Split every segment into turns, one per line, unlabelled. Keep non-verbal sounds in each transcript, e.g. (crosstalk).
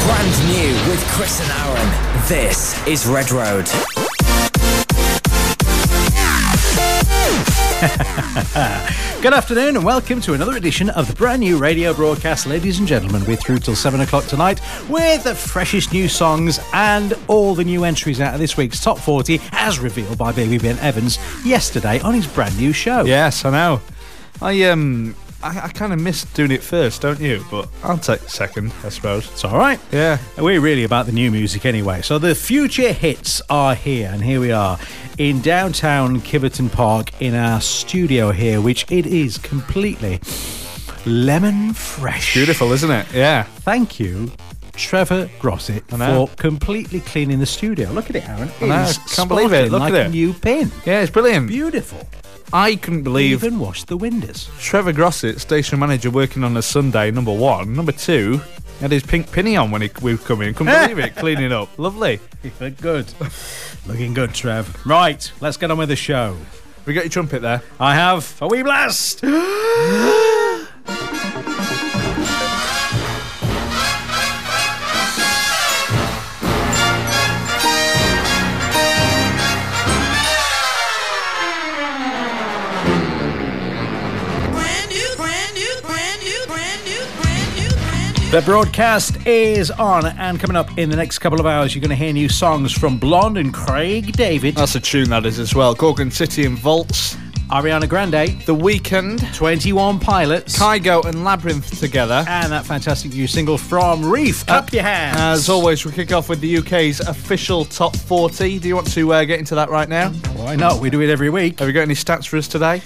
and new with Chris and Aaron. This is Red Road.
Good afternoon and welcome to another edition of the brand new radio broadcast, ladies and gentlemen. We're through till seven o'clock tonight with the freshest new songs and all the new entries out of this week's top 40, as revealed by Baby Ben Evans yesterday on his brand new show.
Yes, I know. I um, I, I kind of miss doing it first, don't you? But I'll take second, I suppose.
It's all right.
Yeah.
We're really about the new music anyway. So the future hits are here, and here we are in downtown Kiverton Park in our studio here, which it is completely lemon fresh.
Beautiful, isn't it? Yeah.
Thank you, Trevor Grosset,
know.
for completely cleaning the studio. Look at it, Aaron. It
know,
is
can't believe it.
sparkling
Look
like
at
a
it.
new pin.
Yeah, it's brilliant.
Beautiful.
I couldn't believe
Even washed the windows.
Trevor Grosset, station manager, working on a Sunday, number one. Number two, had his pink pinny on when he we come in. Couldn't believe it, cleaning up. Lovely.
Look good. Looking good, Trev. Right, let's get on with the show.
We got your trumpet there.
I have a wee blast.
brand new, brand new, brand new, brand new, brand new, brand new.
The broadcast is on, and coming up in the next couple of hours, you're going to hear new songs from Blonde and Craig David,
That's a tune that is as well. Gorgon City and Vaults.
Ariana Grande,
The Weekend.
21 Pilots,
Kygo and Labyrinth together.
and that fantastic new single from Reef. Up your hands.
As always, we kick off with the UK's official top 40. Do you want to uh, get into that right now?
Why not? We do it every week.
Have you got any stats for us today?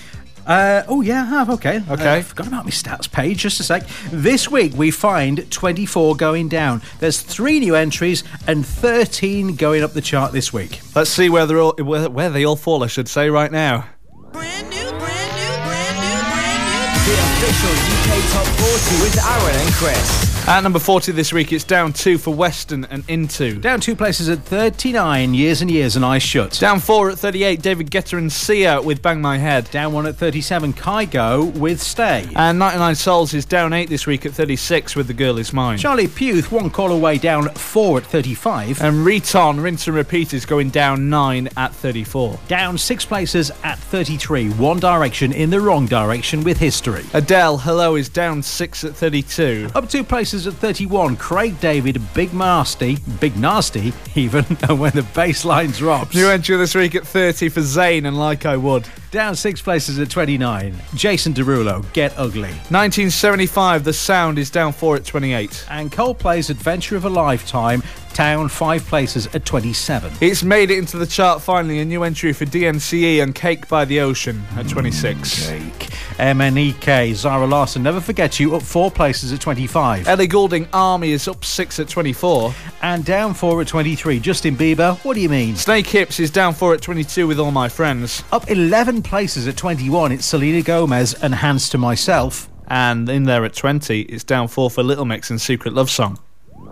Uh, oh, yeah, I have. Okay.
Okay.
I forgot about my stats page. Just a sec. This week, we find 24 going down. There's three new entries and 13 going up the chart this week.
Let's see where they're all where, where they all fall. I should say right now.
Brand new, brand new, brand new, brand new.
The official UK Top 40 with Aaron and Chris.
At number 40 this week, it's down two for Western and Into.
Down two places at 39, years and years, and eyes shut.
Down four at 38, David Guetta and Sia with Bang My Head.
Down one at 37, Kygo with Stay.
And 99 Souls is down eight this week at 36 with The Girl Is Mine.
Charlie Puth, one call away, down four at 35.
And Reton, Rinse and Repeat is going down nine at 34.
down six places at 33, One Direction in the wrong direction with history.
Adele, Hello is down six at 32.
Up two places at 31, Craig David, Big Nasty, Big Nasty, (laughs) even when the baseline drops.
New entry this week at 30 for Zayn and Like I Would.
Down six places at 29, Jason Derulo, Get Ugly.
1975, The Sound is down four at 28.
And Coldplay's Adventure of a Lifetime, down five places at 27.
It's made it into the chart finally, a new entry for DNCE E and Cake by the Ocean at 26.
Jake. MNEK, Zara Larson, Never Forget You, up four places at 25.
Ellie Goulding Army is up six at 24.
And down four at 23, Justin Bieber, What Do You Mean?
Snake Hips is down four at 22 with All My Friends.
Up 11 places at 21, it's Selena Gomez and Hands to Myself.
And in there at 20, it's down four for Little Mix and Secret Love Song.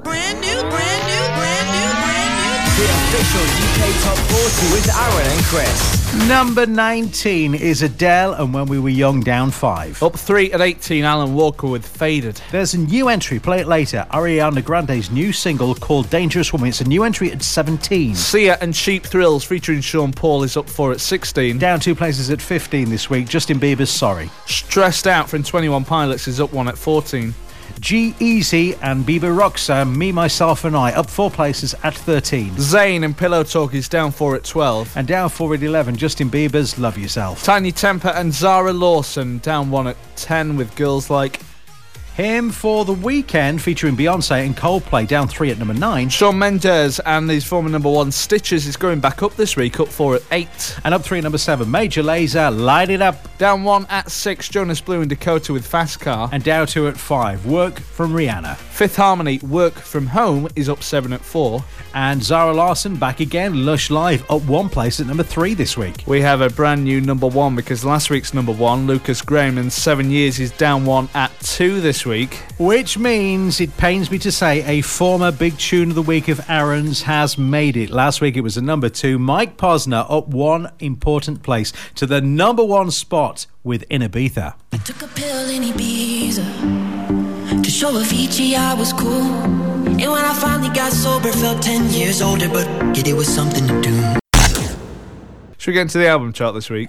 Brand new, brand new, brand new, brand new.
The official UK Top 40 with Aaron and Chris.
Number 19 is Adele and When We Were Young, down five.
Up three at 18, Alan Walker with Faded.
There's a new entry, play it later. Ariana Grande's new single called Dangerous Woman. It's a new entry at 17.
Sia and Cheap Thrills featuring Sean Paul is up four at 16.
Down two places at 15 this week, Justin Bieber's Sorry.
Stressed Out from 21 Pilots is up one at 14.
G Easy and Bieber Roxanne, Me, Myself, and I, up four places at 13.
Zayn and Pillow Talk is down four at 12.
And down four at 11, Justin Bieber's Love Yourself.
Tiny Temper and Zara Lawson down one at 10 with Girls Like.
Him for the weekend, featuring Beyonce and Coldplay, down three at number nine.
Shawn Mendes and his former number one Stitches is going back up this week, up four at 8.
And up three at number seven, Major Lazer, Light It Up.
Down one at 6, Jonas Blue and Dakota with Fast Car.
And down two at five, Work from Rihanna.
Fifth Harmony, Work From Home is up 7 at 4.
And Zara Larson back again, Lush Live, up one place at number three this week.
We have a brand new number one because last week's number one, Lucas Graham and Seven Years, is down one at 2 this week.
Which means it pains me to say a former big tune of the week of Aaron's has made it. Last week it was a number two. Mike Posner up one important place to the number one spot with In Ibiza.
I took a pill in Ibiza to show Avicii I was cool. And when I found felt 10 years older, but it was something to do.
Should we get into the album chart this week?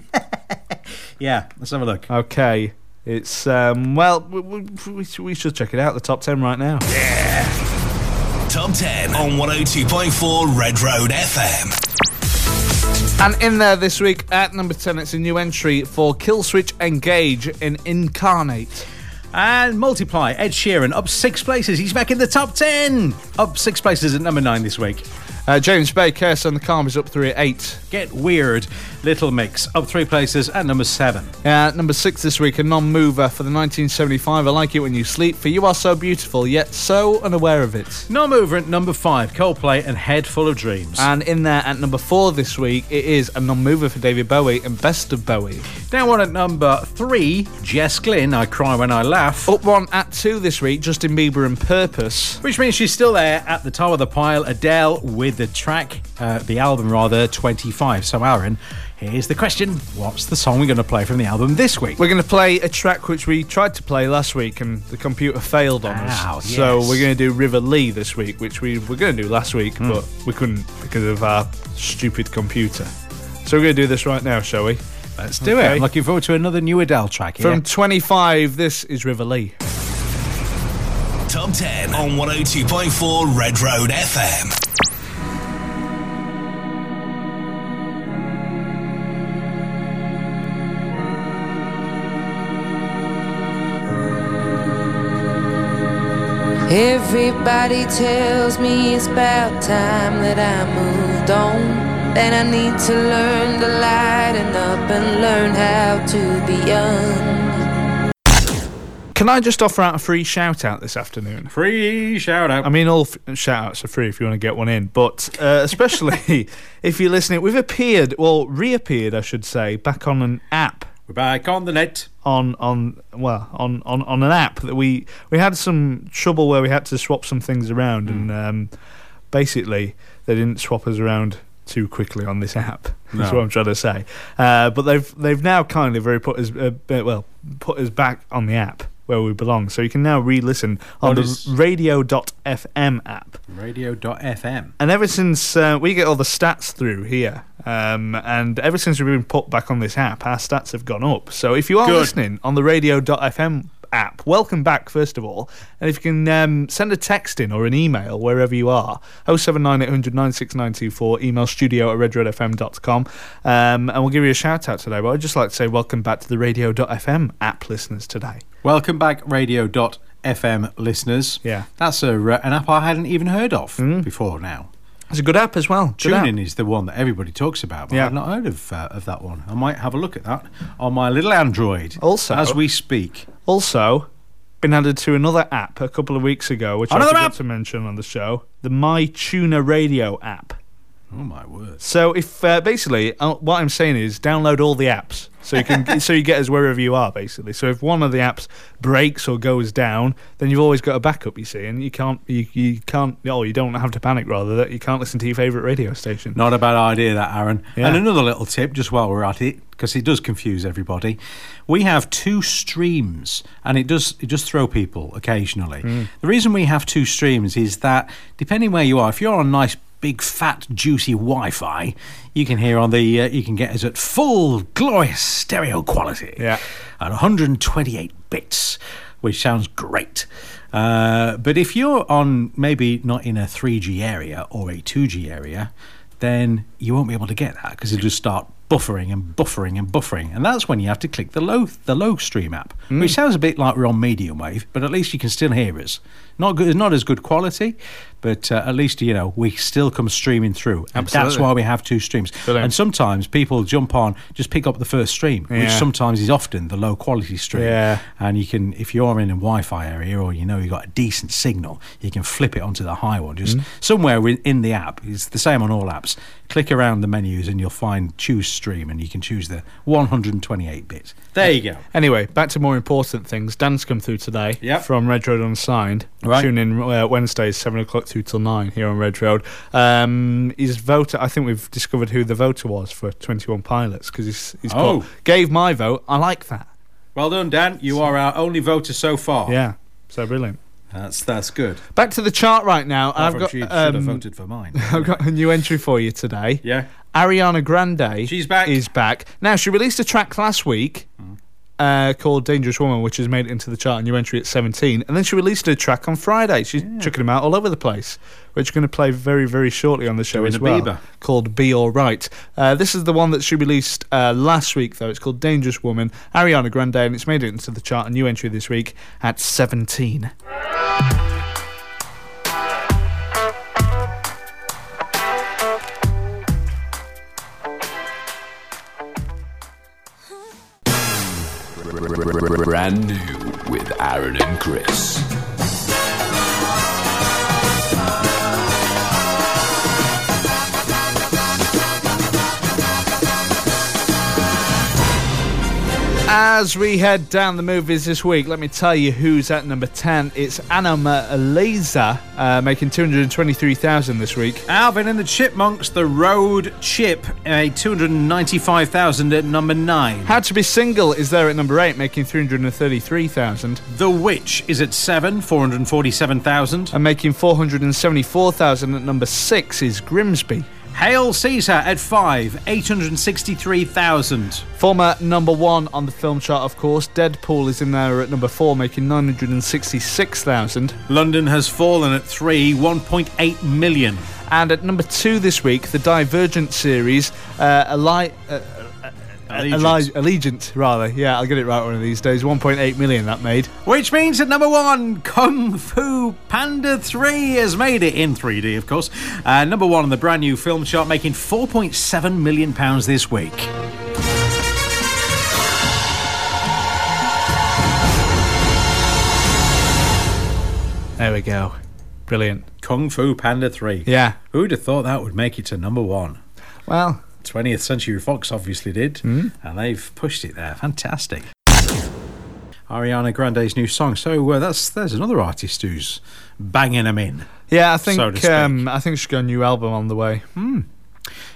Yeah, let's have a look.
Okay. It's, um, well, we, we- we, we should check it out, the top 10 right now.
Top 10 on 102.4 Red Road FM.
And in there this week, at number 10, it's a new entry for Killswitch Engage in Incarnate.
And multiply Ed Sheeran up six places. He's back in the top ten. Up six places at number nine this week.
Uh, James Bay, Curse and the Calm is up three at eight.
Get weird, Little Mix up three places at number seven.
Uh, number six this week, a non mover for the 1975 I Like It When You Sleep, for You Are So Beautiful, Yet So Unaware of It.
No mover at number five. Coldplay and Head Full of Dreams.
And in there at number four this week, it is a non mover for David Bowie and Best of Bowie.
Down one at number three. Jess Glynn. I cry when I laugh.
Up one at two this week, Justin Bieber and Purpose.
Which means she's still there at the top of the pile, Adele with the track, uh, the album rather, 25. So, Aaron, here's the question What's the song we're going to play from the album this week?
We're going to play a track which we tried to play last week and the computer failed on
Ow,
us. So
yes. Hmm.
we're going to do River Lee this week, which we were going to do last week, but we couldn't because of our stupid computer. So we're going to do this right now, shall we?
Let's do it.
Okay.
I'm looking forward to another new Adele track here.
From 25, this is River Lee.
Top 10 on 102.4 Red Road FM.
Everybody tells me it's about time that I moved on. And I need to learn to lighten up and learn how to be young.
Can I just offer out a free shout out this afternoon?
Free shout out.
I mean, all f- shout outs are free if you want to get one in, but uh, especially (laughs) if you're listening. We've appeared, well, reappeared, I should say, back on an app.
We're back on the net.
On, on well on, on, on an app that we we had some trouble where we had to swap some things around and
Hmm.
um, basically they didn't swap us around too quickly on this app. That's
No.
what I'm trying to say. Uh, but they've they've now kindly very put us uh, b- well put us back on the app where we belong. So you can now re-listen on
What
the
is-
radio.fm app.
Radio.fm.
And ever since uh, we get all the stats through here, um, and ever since we've been put back on this app, our stats have gone up. So if you are
Good.
listening on the radio.fm app, welcome back, first of all. And if you can um, send a text in or an email wherever you are, 079 800 96924, email studio at redredfm.com, um, and we'll give you a shout out today. But I'd just like to say welcome back to the radio.fm app listeners today.
Welcome back, Radio.fm listeners.
Yeah.
That's a, uh, an app I hadn't even heard of before now.
It's a good app as well. Good app.
Tuning is the one that everybody talks about, but
Yeah.
I've not heard of uh, of that one. I might have a look at that on my little Android.
Also-
as we speak,
Also, been added to another app a couple of weeks ago, which
Another
I forgot
app?
to mention on the show, the My Tuner Radio app.
oh my word!
So if uh, basically uh, what I'm saying is download all the apps so you
(laughs)
can so you get us wherever you are basically. So if one of the apps breaks or goes down, then you've always got a backup. You see, and you can't you, you can't oh you don't have to panic rather that you can't listen to your favorite radio station.
Not a bad idea, that Aaron.
Yeah.
And another little tip, just while we're at it, because it does confuse everybody. We have two streams, and it does it does throw people occasionally.
Hmm.
The reason we have two streams is that depending where you are, if you're on nice big fat juicy Wi-Fi, you can hear on the uh, you can get us at full glorious stereo quality.
Yeah.
at 128 bits, which sounds great. Uh, but if you're on maybe not in a 3G area or a 2G area, then you won't be able to get that because it'll just start buffering and buffering and buffering, and that's when you have to click the low the low stream app,
Hmm.
which sounds a bit like we're on medium wave, but at least you can still hear us. Not good, not as good quality, but uh, at least you know we still come streaming through. And That's
Absolutely.
why we have two streams,
Brilliant.
and sometimes people jump on just pick up the first stream, which
Yeah.
sometimes sometimes is often the low quality stream.
Yeah.
And you can, if you're in a Wi Fi area or you know you've got a decent signal, you can flip it onto the high one. Just somewhere wi- in the app, it's the same on all apps. Click around the menus and you'll find choose stream and you can choose the 128 bit. There you go.
Anyway, back to more important things. Dan's come through today
Yep.
from Red Road Unsigned.
Right.
Tune in uh, Wednesdays, 7 o'clock through till 9 here on Red Road. Um, his voter, I think we've discovered who the voter was for 21 Pilots because he's, he's
Oh.
called, gave my vote. I like that.
Well done, Dan. You are our only voter so far.
Yeah, so brilliant.
That's that's good.
Back to the chart right now.
Apart
I've
from
got,
she should have
um,
voted for (laughs) mine.
(laughs) I've got a new entry for you today.
yeah.
Ariana Grande.
She's back. Mm.
Is back. Now she released a track last week uh, called "Dangerous Woman," which has made it into the chart. New entry at 17, and then she released a track on Friday. She's chucking them out all over the place, which we're going to play very, very shortly on the show
Doing
as
a
well.
Bieber.
Called "Be All Right." Uh, this is the one that she released uh, last week, though. It's called "Dangerous Woman," Ariana Grande, and it's made it into the chart. A new entry this week at 17.
Brand new with Aaron and Chris.
As we head down the movies this week, let me tell you who's at number 10. It's Anima Eliza, uh, making 223,000 this week.
Alvin and the Chipmunks, The Road Chip, a 295,000 at number 9.
How to Be Single is there at number 8, making 333,000
The Witch is at 7, 447,000.
and making 474,000 at number 6 is Grimsby.
Hail Caesar at 5, 863,000.
Former number 1 on the film chart, of course, Deadpool is in there at number 4, making 966,000.
London has fallen at 3, 1.8 million.
And at number 2 this week, the Divergent series, uh, Ali- uh, Allegiant.
Allegiance.
Allegiant, rather. Yeah, I'll get it right one of these days. 1.8 million that made.
Which means at number one, Kung Fu Panda 3 has made it in 3D, of course. Uh, number one on the brand new film chart, making £4.7 million pounds this week.
There we go. Brilliant.
Kung Fu Panda 3.
Yeah.
Who'd have thought that would make it to number one?
Well,
20th Century Fox obviously did,
Hmm.
and they've pushed it there. Fantastic. Ariana Grande's new song. So uh, that's there's another artist who's banging them in.
yeah, I
So to
think
speak.
um, I think she's got a new album on the way.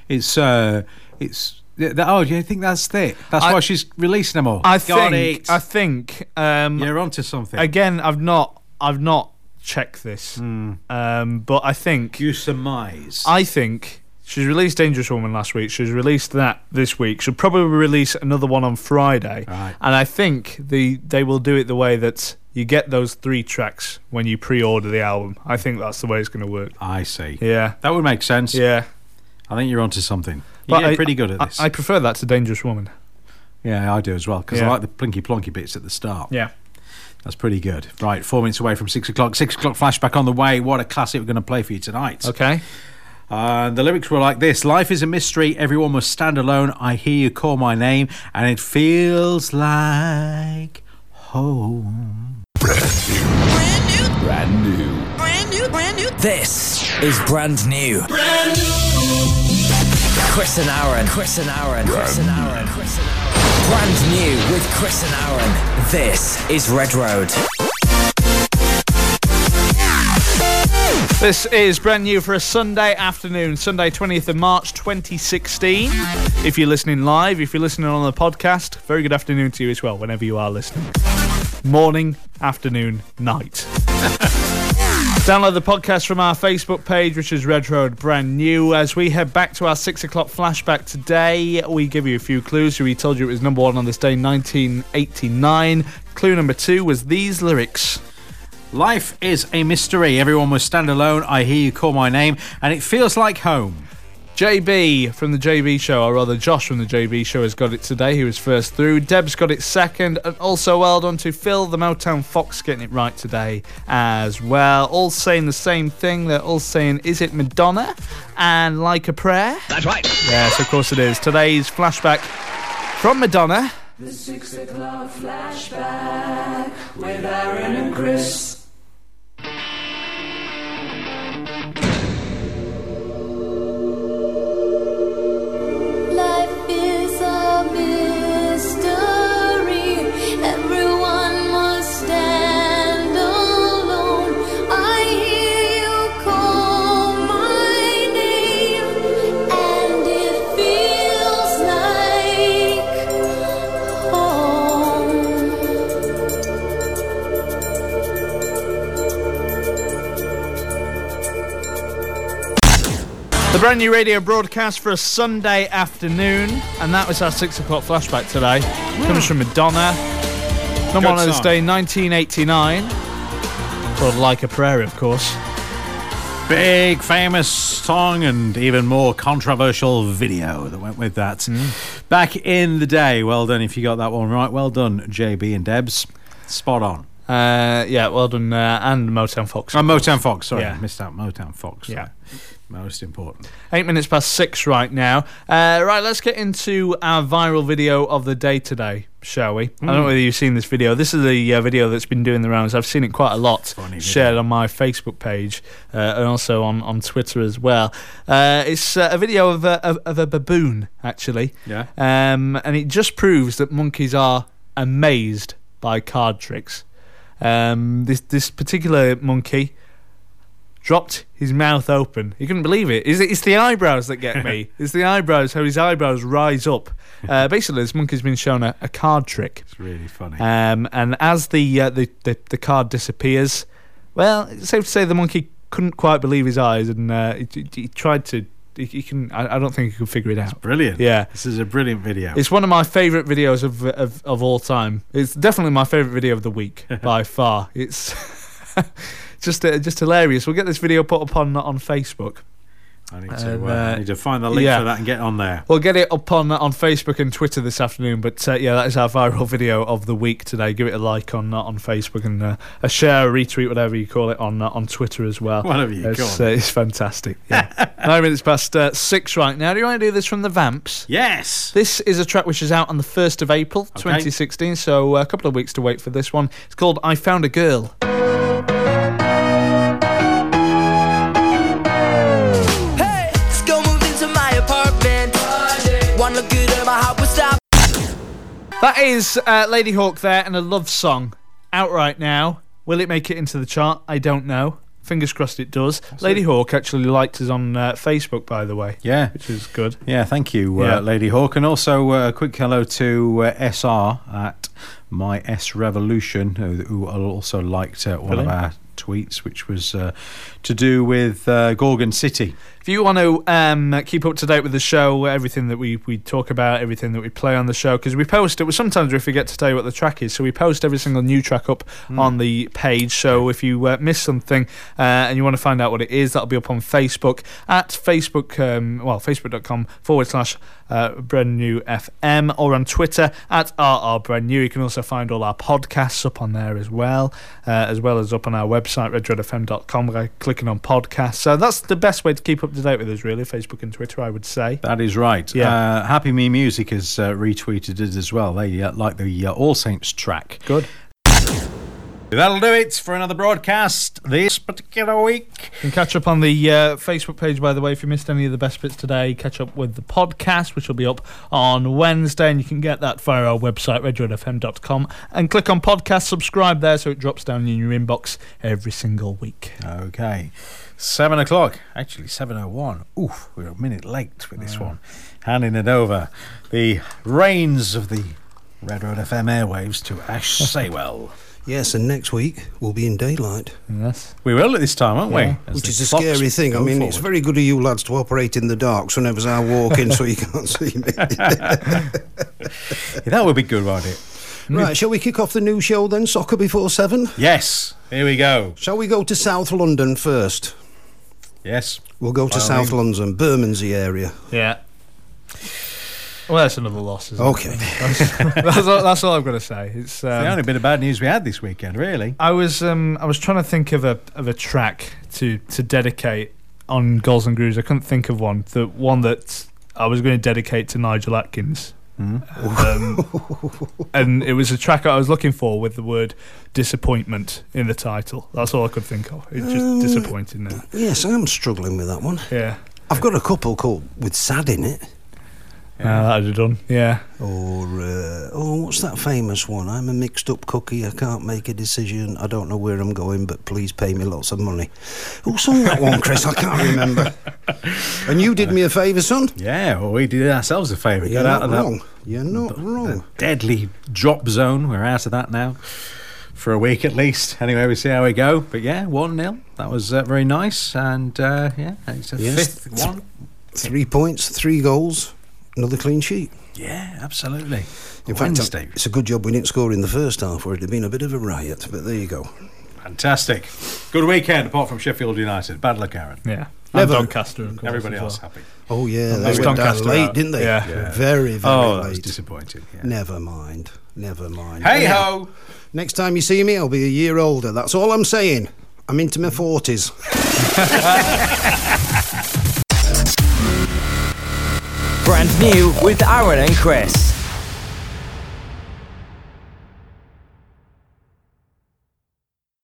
It's uh, it's th- th- oh, do you think that's it? That's
I-
why she's releasing them all.
I
Got
think.
it.
I think. Um,
you're onto something.
Again, I've not. I've not checked this.
Hmm.
Um, but I think.
you surmise.
I think she's released Dangerous Woman last week. She's released that this week. She'll probably release another one on Friday.
Right.
And I think the they will do it the way that you get those three tracks when you pre-order the album. I think that's the way it's going to work.
I see.
Yeah.
That would make sense.
Yeah.
I think you're onto something.
But
You're
I-
pretty good at
I-
this.
I, prefer that to Dangerous Woman.
yeah, I do as well because I
Yeah.
like the plinky plonky bits at the start.
Yeah.
That's pretty good. Right, four minutes away from six o'clock. Six o'clock flashback on the way. What a classic we're going to play for you tonight.
Okay.
Uh, the lyrics were like this Life is a mystery. Everyone must stand alone. I hear you call my name, and it feels like home.
Brand new,
Brand new.
brand new, brand new.
This is brand new. Brand new. Chris and Aaron. Chris and Aaron. Chris and Aaron. Chris and Aaron. Brand new with Chris and Aaron. This is Red Road.
This is brand new for a Sunday afternoon, Sunday 20th of March 2016. If you're listening live, if you're listening on the podcast, very good afternoon to you as well, whenever you are listening. Morning, afternoon, night. (laughs) Download the podcast from our Facebook page, which is Red Road Brand New. As we head back to our six o'clock flashback today, we give you a few clues. We told you it was number one on this day, 1989. Clue number two was these lyrics.
Life is a mystery. Everyone must stand alone. I hear you call my name, and it feels like home.
JB from the JB show, or rather Josh from the JB show, has got it today. He was first through. Deb's got it second, and also well done to Phil the Motown Fox getting it right today as well. All saying the same thing. They're all saying, "Is it Madonna?" and "Like a Prayer." That's right. Yes, of course it is. Today's flashback from Madonna.
Life is a mystery. Everyone must stand alone. I hear you call my name, and it feels like home.
The brand new radio broadcast for a Sunday afternoon, and that was our six o'clock flashback today. Comes from Madonna. Number
Hmm. Good
one on this
song.
day, 1989. Called Like a Prayer, of course.
Big famous song and even more controversial video that went with that.
Hmm.
Back in the day, well done if you got that one right. Well done, JB and Debs. Spot on.
Uh, yeah, well done, uh, and Motown Fox.
Oh, Motown Fox, sorry.
Yeah.
Missed out. Motown Fox.
Yeah.
Most important.
Eight minutes past six right now. Uh, right, let's get into our viral video of the day today, shall we? I don't know whether you've seen this video. This is a uh, video that's been doing the rounds. I've seen it quite a lot, shared on my Facebook page uh, and also on, on Twitter as well. Uh, it's uh, a video of a, of, of a baboon, actually.
Yeah.
Um, and it just proves that monkeys are amazed by card tricks. Um, this, this particular monkey dropped his mouth open. You couldn't believe it. It's, it's the eyebrows that get me. it's the eyebrows, how his eyebrows rise up. Uh, basically, this monkey's been shown a, a card trick.
It's really funny.
Um, and as the, uh, the, the the card disappears, well, it's safe to say the monkey couldn't quite believe his eyes, and uh, he, he- he tried to. He, he can. I, I don't think he could figure it out.
brilliant.
Yeah.
This is a brilliant video.
It's one of my favourite videos of, of of all time. It's definitely my favourite video of
(laughs)
the week by far. It's (laughs) just uh, just hilarious. We'll get this video put up on on Facebook.
I need to,
and,
uh,
uh,
I need to find the link
yeah.
for that and get on there.
We'll get it up on on Facebook and Twitter this afternoon. But uh, yeah, that is our viral (laughs) video of the week today. Give it a like on on Facebook and uh, a share, a retweet, whatever you call it, on uh, on Twitter as well.
Whatever you
it's,
call
uh, it's fantastic. Yeah. (laughs) Nine minutes past uh, six right now. Do you want to do this from the Vamps?
Yes.
This is a track which is out on the 1st of April 2016, so uh, a couple of weeks to wait for this one. It's called I Found a Girl.
Hey, let's go move into my apartment. One look good at my heart will stop.
That is uh, Lady Hawk there and a love song out right now. Will it make it into the chart? I don't know. Fingers crossed it does. Lady Hawk actually liked us on uh, Facebook, by the way.
Yeah.
Which is good.
Yeah, thank you,
Yeah.
uh, Lady Hawk. And also uh, a quick hello to uh, SR at My S Revolution, who, who also liked uh, one of
Brilliant.
our tweets, which was uh, to do with uh, Gorgon City.
If you want to um, keep up to date with the show, everything that we, we talk about, everything that we play on the show, because we post it, well, sometimes we forget to tell you what the track is. So we post every single new track up on the page. So if you uh, miss something uh, and you want to find out what it is, that'll be up on Facebook at Facebook, um, well, facebook.com forward slash uh, brand new FM or on Twitter at RR brand new. You can also find all our podcasts up on there as well, uh, as well as up on our website, redredfm.com, by clicking on podcasts. So that's the best way to keep up to date with us, really, Facebook and Twitter, I would say.
That is right.
Yeah.
Uh, Happy Me Music has uh, retweeted it as well. They uh, like the uh, All Saints track.
Good.
That'll do it for another broadcast this particular week.
You can catch up on the uh, Facebook page, by the way, if you missed any of the best bits today. Catch up with the podcast, which will be up on Wednesday, and you can get that via our website, redredfm.com, and click on podcast, subscribe there so it drops down in your inbox every single week.
Okay. Seven o'clock. Actually, 7.01. Oof, we're a minute late with this one. Handing it over. The reins of the Red Road FM airwaves to Ash
(laughs)
Saywell.
Yes, and next week we'll be in daylight,
Yes.
We will at this time, won't
Yeah.
we? As
which
the
is a
clocks
scary thing. I
go
mean, it's
forward.
very good of you lads to operate in the dark whenever I walk in so you can't see
(laughs)
me.
Yeah, that would be good, wouldn't it?
right, shall we kick off the new show then? Soccer before seven?
Yes. Here we go.
Shall we go to South London first?
Yes.
We'll go to
By all
South
means.
London, Bermondsey area.
Yeah. Well, that's another loss, isn't
Okay.
it? (laughs) that's, all, that's all I've got to say. It's, um,
The only bit of bad news we had this weekend, really.
I was um, I was trying to think of a of a track to to dedicate on Goals and Grooves. I couldn't think of one. The one that I was going to dedicate to Nigel Atkins. Um, and it was a track I was looking for with the word disappointment in the title. That's all I could think of. It's just disappointing now.
Yes, I'm struggling with that one.
Yeah.
I've got a couple called with sad in it,
No, that'd have Uh, done. Yeah.
or uh, oh, what's that famous one? I'm a mixed up cookie. I can't make a decision. I don't know where I'm going, but please pay me lots of money. Who sung that one, Chris? I can't remember. And you did me a favour, son.
Yeah, well, we did ourselves a favour.
You're
Got out
not
of that
wrong. You're not wrong.
deadly drop zone. We're out of that now. for a week at least. Anyway, we see how we go. But yeah, 1 0. That was uh, very nice. And uh, yeah, it's a
Yes.
fifth one.
Three points, three goals, another clean sheet.
Yeah, absolutely.
In
Wednesday.
fact, uh, it's a good job we didn't score in the first half, where it'd have been a bit of a riot. But there you go.
Fantastic. Good weekend, apart from Sheffield United. Bad luck, Aaron.
Yeah.
And Never.
Doncaster, of course,
Everybody
as
else
well.
happy.
Oh yeah,
And
they
they've
went down
Doncaster
late,
out.
didn't they?
Yeah.
Very, very
Oh, that
late.
was disappointing. Yeah.
Never mind. Never mind.
Hey
Anyhow,
ho!
Next time you see me, I'll be a year older. That's all I'm saying. I'm into my forties.
Brand new with Aaron and Chris.